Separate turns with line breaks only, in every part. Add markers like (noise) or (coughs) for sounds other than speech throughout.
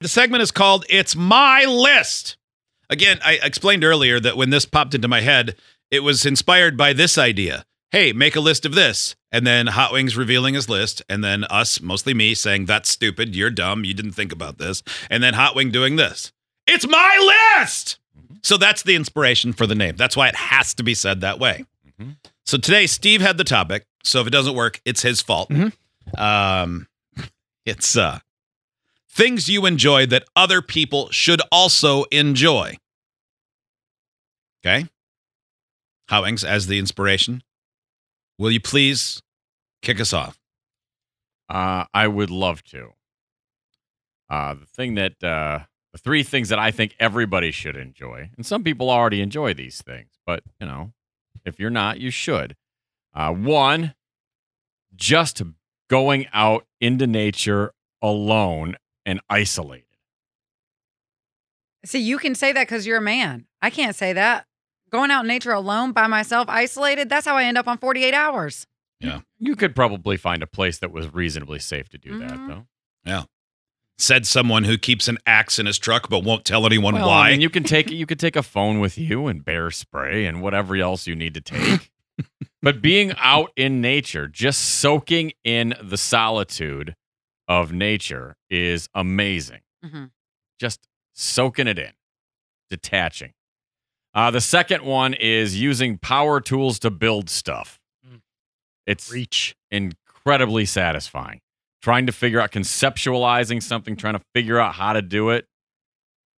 The segment is called It's My List. Again, I explained earlier that when this popped into my head, it was inspired by this idea. Hey, make a list of this. And then Hot Wings revealing his list. And then us, mostly me, saying, That's stupid. You're dumb. You didn't think about this. And then Hot Wing doing this. It's my list. So that's the inspiration for the name. That's why it has to be said that way. So today, Steve had the topic. So if it doesn't work, it's his fault. Um, (laughs) it's uh, things you enjoy that other people should also enjoy. Okay. Howings as the inspiration. Will you please kick us off?
Uh, I would love to. Uh, the thing that uh, the three things that I think everybody should enjoy, and some people already enjoy these things, but you know, if you're not, you should. Uh, one, just going out into nature alone and isolated.
See, you can say that because you're a man. I can't say that. Going out in nature alone by myself, isolated, that's how I end up on 48 hours.
You could probably find a place that was reasonably safe to do that,
Mhm.
though.
Said someone who keeps an axe in his truck but won't tell anyone
Well,
why.
I mean, you can take you could take a phone with you and bear spray and whatever else you need to
(laughs)
take. but being out in nature, just soaking in the solitude of nature is amazing.
Mhm.
Just soaking it in, detaching. Uh, the second one is using power tools to build stuff. It's
Mm. Reach.
incredibly satisfying. Trying to figure out conceptualizing something, trying to figure out how to do it,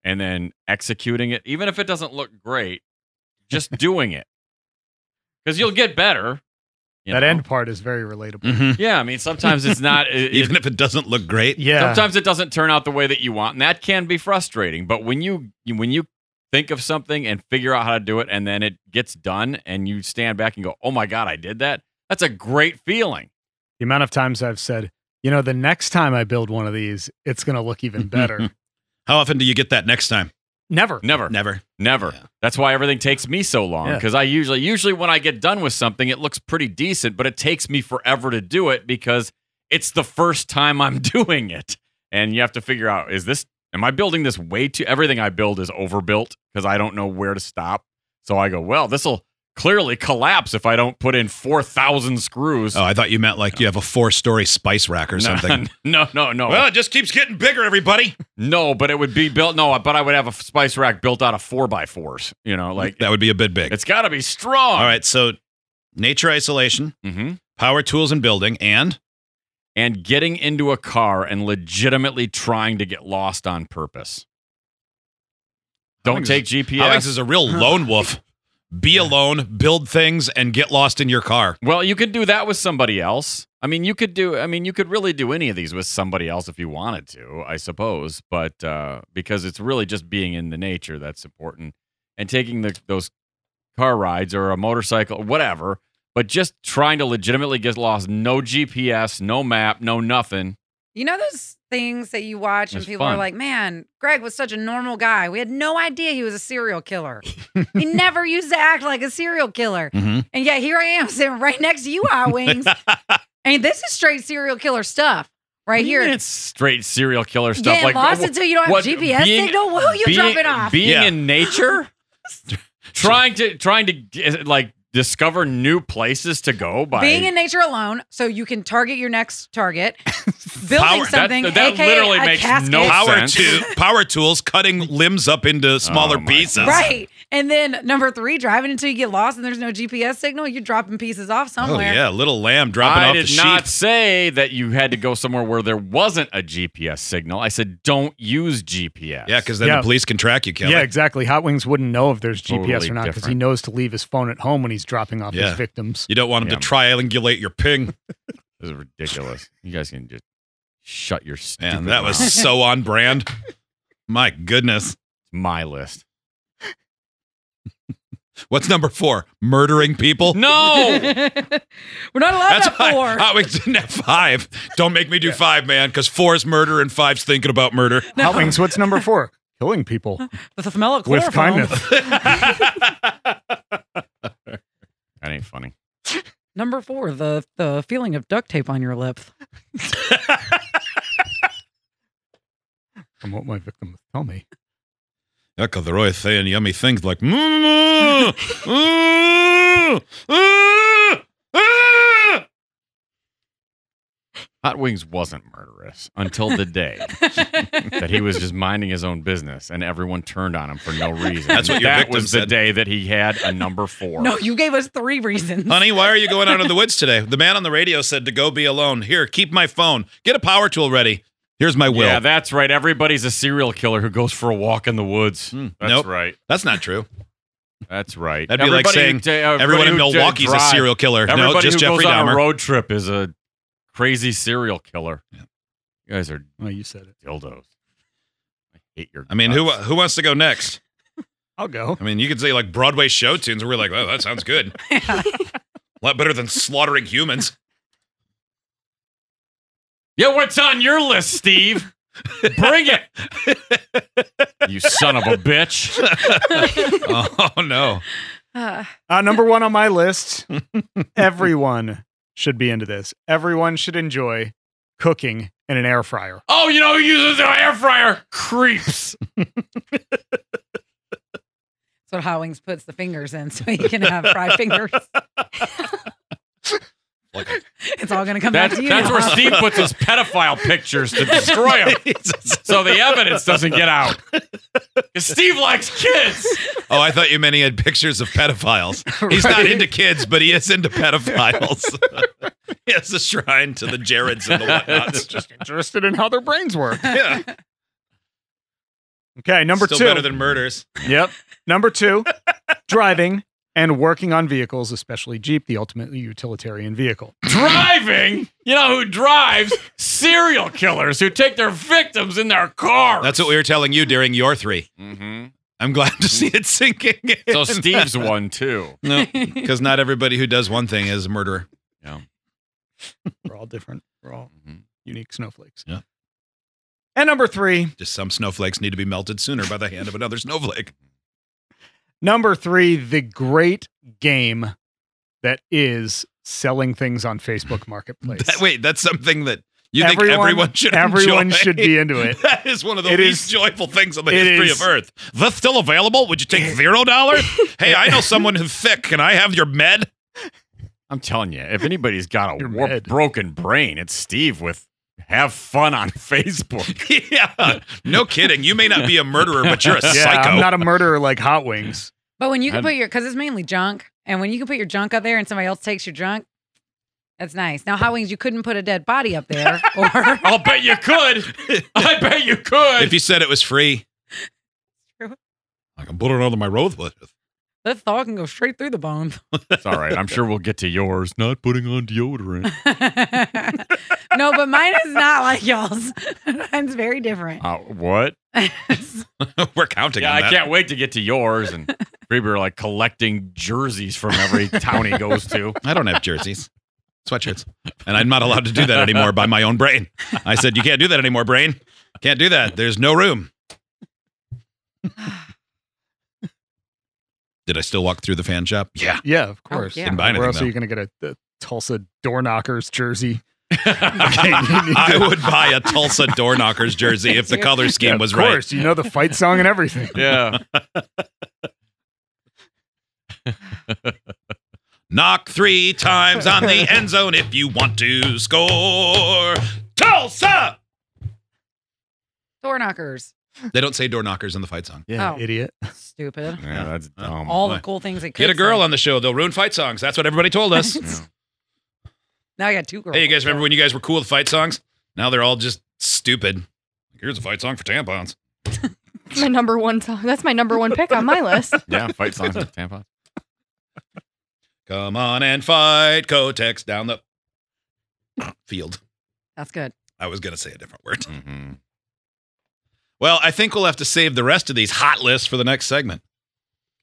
and then executing it, even if it doesn't look great,
(laughs)
just doing it because you'll get better. you
that
know? Mm.
end part is very relatable.
Mhm.
Yeah, I mean, sometimes it's
(laughs)
not. it- it-
Even if it doesn't look great.
Yeah.
Sometimes it doesn't turn out the way that you want, and that can be frustrating. But when you when you think of something and figure out how to do it, and then it gets done, and you stand back and go, "Oh my god, I did that." That's a great feeling.
the amount of times I've said, you know, the next time I build one of these, it's going to look
(laughs)
even better.
How often do you get that next time?
Never.
Never,
Never.
Never.
Yeah.
That's why everything takes me so long
Yeah.
because I usually usually when I get done with something, it looks pretty decent, but it takes me forever to do it because it's the first time I'm (laughs) doing it, and you have to figure out is this am I building this way too? Everything I build is overbuilt because I don't know where to stop. So I go, well, this will clearly collapse if I don't put in four thousand screws.
Oh, I thought you meant like you have a four story spice rack or something.
(laughs) no, no, no.
Well, it just keeps getting bigger, everybody.
no, but it would be built. No, but I would have a spice rack built out of four by fours. You know, like
that would be a bit big.
it's got to be strong.
All right. So nature isolation,
Mm-hmm.
power tools and building, and
and getting into a car and legitimately trying to get lost on purpose. Don't
Howings
take
is- Alex
GPS.
is a
(laughs)
real lone wolf. Be alone, build things, and get lost in your car.
well, you could do that with somebody else. I mean, you could do. I mean, you could really do any of these with somebody else if you wanted to, I suppose. But uh, because it's really just being in the nature that's important, and taking the, those car rides or a motorcycle, whatever. But just trying to legitimately get lost. No GPS, no map, no nothing.
You know those things that you watch and
It's
people
fun.
are like, man, Greg was such a normal guy. We had no idea he was a serial killer.
(laughs)
he never used to act like a serial killer.
Mm-hmm.
Mhm.
And yet here I am (laughs) sitting right next to you,
(laughs)
Hot Wings. and this is straight serial killer stuff right
What do you
here.
mean it's straight serial killer stuff.
Getting
like
lost
oh,
until you don't have
what-
GPS
being-
signal. Whoa, you
being,
drop it
(laughs)
off.
Being
Yeah.
in nature, trying to trying to get, like discover new places to go by
Being in nature alone, so you can target your
(laughs)
next target. building
Power- that-
something.
that- that
AKA
literally
a
makes
casket.
no
Power
sense.
to power tools, cutting limbs up into smaller
Oh my
pieces.
Right. And then number three, driving until you get lost and there's no GPS signal, you're dropping pieces off
Oh
somewhere.
yeah, little lamb dropping
I
off
did
the sheep.
not say that you had to go somewhere where there wasn't a GPS signal. I said don't use GPS.
Yeah, because then
Yeah.
the police can track you, Kelly.
Yeah, exactly. Hot Wings wouldn't know if there's GPS
Totally
or not because he
different.
knows to leave his phone at home when he's dropping off
Yeah.
his victims.
(laughs)
You don't want them
Yeah.
to triangulate your ping.
this is ridiculous. You guys can just shut your stupid
Man, that was
(laughs) mouth.
so on brand. My goodness. (laughs)
my list.
What's number four? Murdering people? (laughs)
No.
(laughs) We're not allowed
That's
to
why
have four. (laughs)
Hot Wings didn't have five. Don't make me do five, man, because four is murder and five's thinking about murder.
Hot Wings, what's number four? (laughs)
(laughs)
Killing people
the smell of
with
chloroform.
kindness.
That ain't funny.
Number four, the the feeling of duct tape on your lips.
From what my victims tell me.
Echo the Roy saying yummy things like, "Mm,
(laughs)
mm, mm, mm."
Hot Wings wasn't murderous until the day
(laughs)
that he was just minding his own business and everyone turned on him for no reason.
That's what your
that
victim
was the
said.
day that he had a number four.
no, you gave us three reasons. (laughs)
Honey, why are you going out in the woods today? The man on the radio said to go be alone. Here, keep my phone. Get a power tool ready. Here's my will.
Yeah, that's right. Everybody's a serial killer who goes for a walk in the woods.
Hmm,
That's
nope.
right.
That's not true.
That's right.
That'd be like saying,
who-
Everyone in
who d-
Milwaukee's a
drive-
serial killer.
Everybody
no, just
who
Jeffrey
goes on a
Dahmer.
road trip is a crazy serial killer. You guys are
Oh, you said it.
dildos. I hate your.
I mean, who
guts.
who wants to go next?
I'll go.
I mean, you could say like Broadway show tunes. We're like, oh, that sounds good.
(laughs)
A lot better than slaughtering humans. (laughs)
Yo, what's on your list, Steve? Bring it. you son of a bitch.
(laughs) oh no.
Uh,
Uh, number one on
(laughs)
my list. Everyone should be into this. Everyone should enjoy cooking in an
(laughs)
air fryer.
Oh, you know who uses the air fryer? Creeps.
that's what Hot Wings puts the fingers in so you can have fried fingers. (laughs)
Like,
It's all gonna come
That,
back to you.
that's where
huh?
Steve puts his pedophile pictures to destroy
(laughs)
him. so the evidence doesn't get out. 'Cause Steve likes kids.
oh, I thought you meant he had pictures of
(laughs)
pedophiles. He's not into kids, but he is into pedophiles. he has a shrine to the Jareds and the whatnots.
(laughs) Just interested in how their brains work.
Yeah.
Okay, number
Still
two.
better than murders.
(laughs) Yep. Number two, driving and working on vehicles, especially Jeep, the ultimate
(coughs)
utilitarian vehicle.
Driving? You know who drives? Serial killers who take their victims in their cars.
That's what we were telling you during your three.
Mm-hmm.
I'm glad to see it sinking in.
So (laughs) Steve's one too.
No,
(laughs)
because not everybody who does one thing is a murderer.
We're all different. We're all
Mm-hmm.
unique snowflakes.
Yeah.
And number three,
Just some snowflakes need to be melted sooner by the hand of another snowflake.
number three, the great game that is selling things on Facebook Marketplace.
That- wait, that's something that you think everyone should
everyone
enjoy?
should be into it.
That is one of the
It
least
is-
joyful things on the
it
history
is-
of Earth. That's still available? Would you take zero dollar?
(laughs)
hey, I know someone who's sick. Can I have your med? (laughs)
I'm telling you, if anybody's got a
You're
warped,
mad.
broken brain, it's Steve with have fun on (laughs) Facebook.
yeah, no kidding. You may not be a murderer, but (laughs) you're a
(laughs) Yeah,
psycho.
I'm not a murderer like Hot Wings.
But when you can
I'd-
put your, because it's mainly junk, and when you can put your junk up there and somebody else takes your junk, that's nice. Now, Hot Wings, you couldn't put a dead body up
(laughs)
there, or (laughs)
I'll bet you could. I bet you could.
if you said it was free,
True.
I can put it under my rosebush.
that thaw can go straight through the bones.
it's all right. I'm sure we'll get to yours. Not putting on deodorant.
(laughs) no, but mine is not like y'all's. (laughs) Mine's very different.
Uh, what?
(laughs) We're counting
yeah,
on
I
that.
can't wait to get to yours. And Reber like collecting jerseys from every town he goes to.
I don't have jerseys, sweatshirts, and I'm not allowed to do that anymore by my own brain. I said, "You can't do that anymore, brain. Can't do that. There's no room." Did I still walk through the fan shop? Yeah.
Yeah,
(laughs)
of
Oh,
course.
yeah.
Didn't buy anything,
Where else
though.
are you going to get a, a Tulsa door knockers jersey? (laughs)
(laughs) I would buy a Tulsa door knocker's jersey if the color scheme
Yeah, of
was right.
course. You know the fight song and everything.
Yeah.
Knock three times on the end zone if you want to score. Tulsa!
(laughs) Door knockers.
They don't say door knockers in the fight song.
(laughs) Yeah,
Oh.
idiot.
Stupid.
Yeah, that's
Yeah.
dumb.
All
boy.
the cool things they could
Get a girl
say.
on the show. They'll ruin fight songs. That's what everybody told us.
Now I got two girls.
hey, you guys remember when you guys were cool with fight songs? Now they're all just stupid. Here's a fight song for tampons.
My number one song. That's my number one pick on my list.
yeah, fight songs
(laughs)
with tampons.
Come on and fight Kotex down the (laughs) field.
(laughs) That's good.
I was going to say a different word.
Mm-hmm.
Well, I think we'll have to save the rest of these hot lists for the next segment.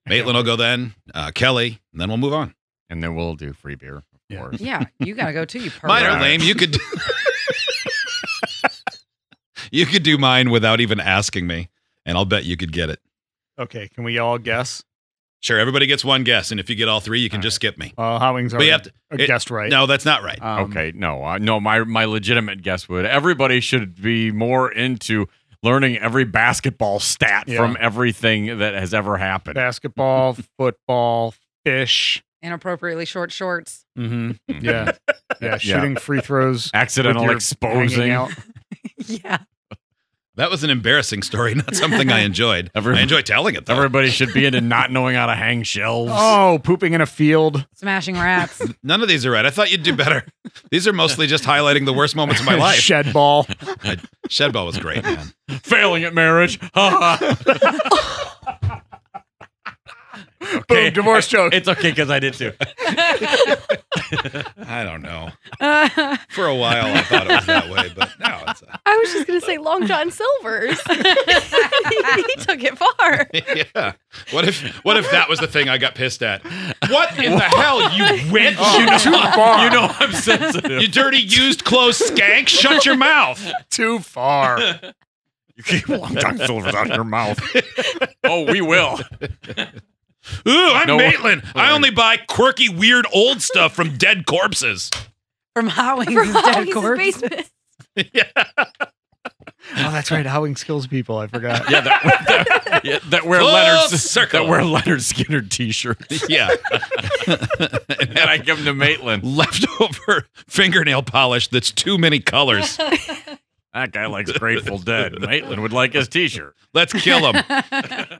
Maitland will go then, uh, Kelly, and then we'll move on.
And then we'll do free beer, of
Yeah.
course.
Yeah, you gotta go too. You pervert.
Mine are
Right.
lame. You could (laughs) You could do mine without even asking me, and I'll bet you could get it.
Okay, can we all guess?
Sure, everybody gets one guess, and if you get all three, you can
All
just skip me.
Uh, Hot Wings
But
already
you have to it-
guessed right.
No, that's not right.
Um,
okay, no, uh, no. My my legitimate guess would everybody should be more into learning every basketball stat
Yeah.
from everything that has ever
(laughs)
happened.
Basketball, football, fish.
Inappropriately short
(laughs)
shorts.
Mm-hmm.
Mhm.
(laughs) Yeah. yeah. Shooting free throws. with
accidental
your
exposing.
hanging (laughs) out.
yeah.
That was an embarrassing story, (laughs) not something I
(laughs)
enjoyed.
Every-
I enjoy telling it though.
Everybody should be into not knowing how to hang shelves.
Oh, pooping in a field.
(laughs)
Smashing rats.
None of these are right. I thought you'd do
(laughs)
better. These are mostly just highlighting the worst moments of my life. (laughs)
Shed ball.
Shedball was great, man.
Failing at marriage. (laughs) Ha ha. okay.
Boom, divorce joke.
It's okay because I did
(laughs)
too.
I don't
(laughs)
know.
Uh,
For a while, I thought it was that way, but now it's. A,
I was just gonna say Long
(laughs)
John Silver's. (laughs) he took it far.
yeah. What if What if that was the thing I got pissed at? What in the hell, you witch? you,
Oh, too
(laughs)
far.
You know I'm sensitive.
(laughs)
you dirty used clothes skank! Shut your mouth. (laughs)
too far.
You keep long time silvers out of your mouth. (laughs) oh, we will.
Ooh, I'm
No.
Maitland. I only buy quirky, weird, old stuff from dead corpses.
from Hot Wings'
From
dead
Holly's
corpse.
basement.
Oh, that's right. Howling skills people. I forgot.
Yeah, that, that, yeah, that wear
Full
Leonard
circle.
that wear Leonard Skinner t-shirts,
(laughs) Yeah.
and I give them to Maitland.
Leftover (laughs) fingernail polish that's too many colors.
(laughs) That guy likes Grateful Dead. Maitland would like his t-shirt.
Let's kill him.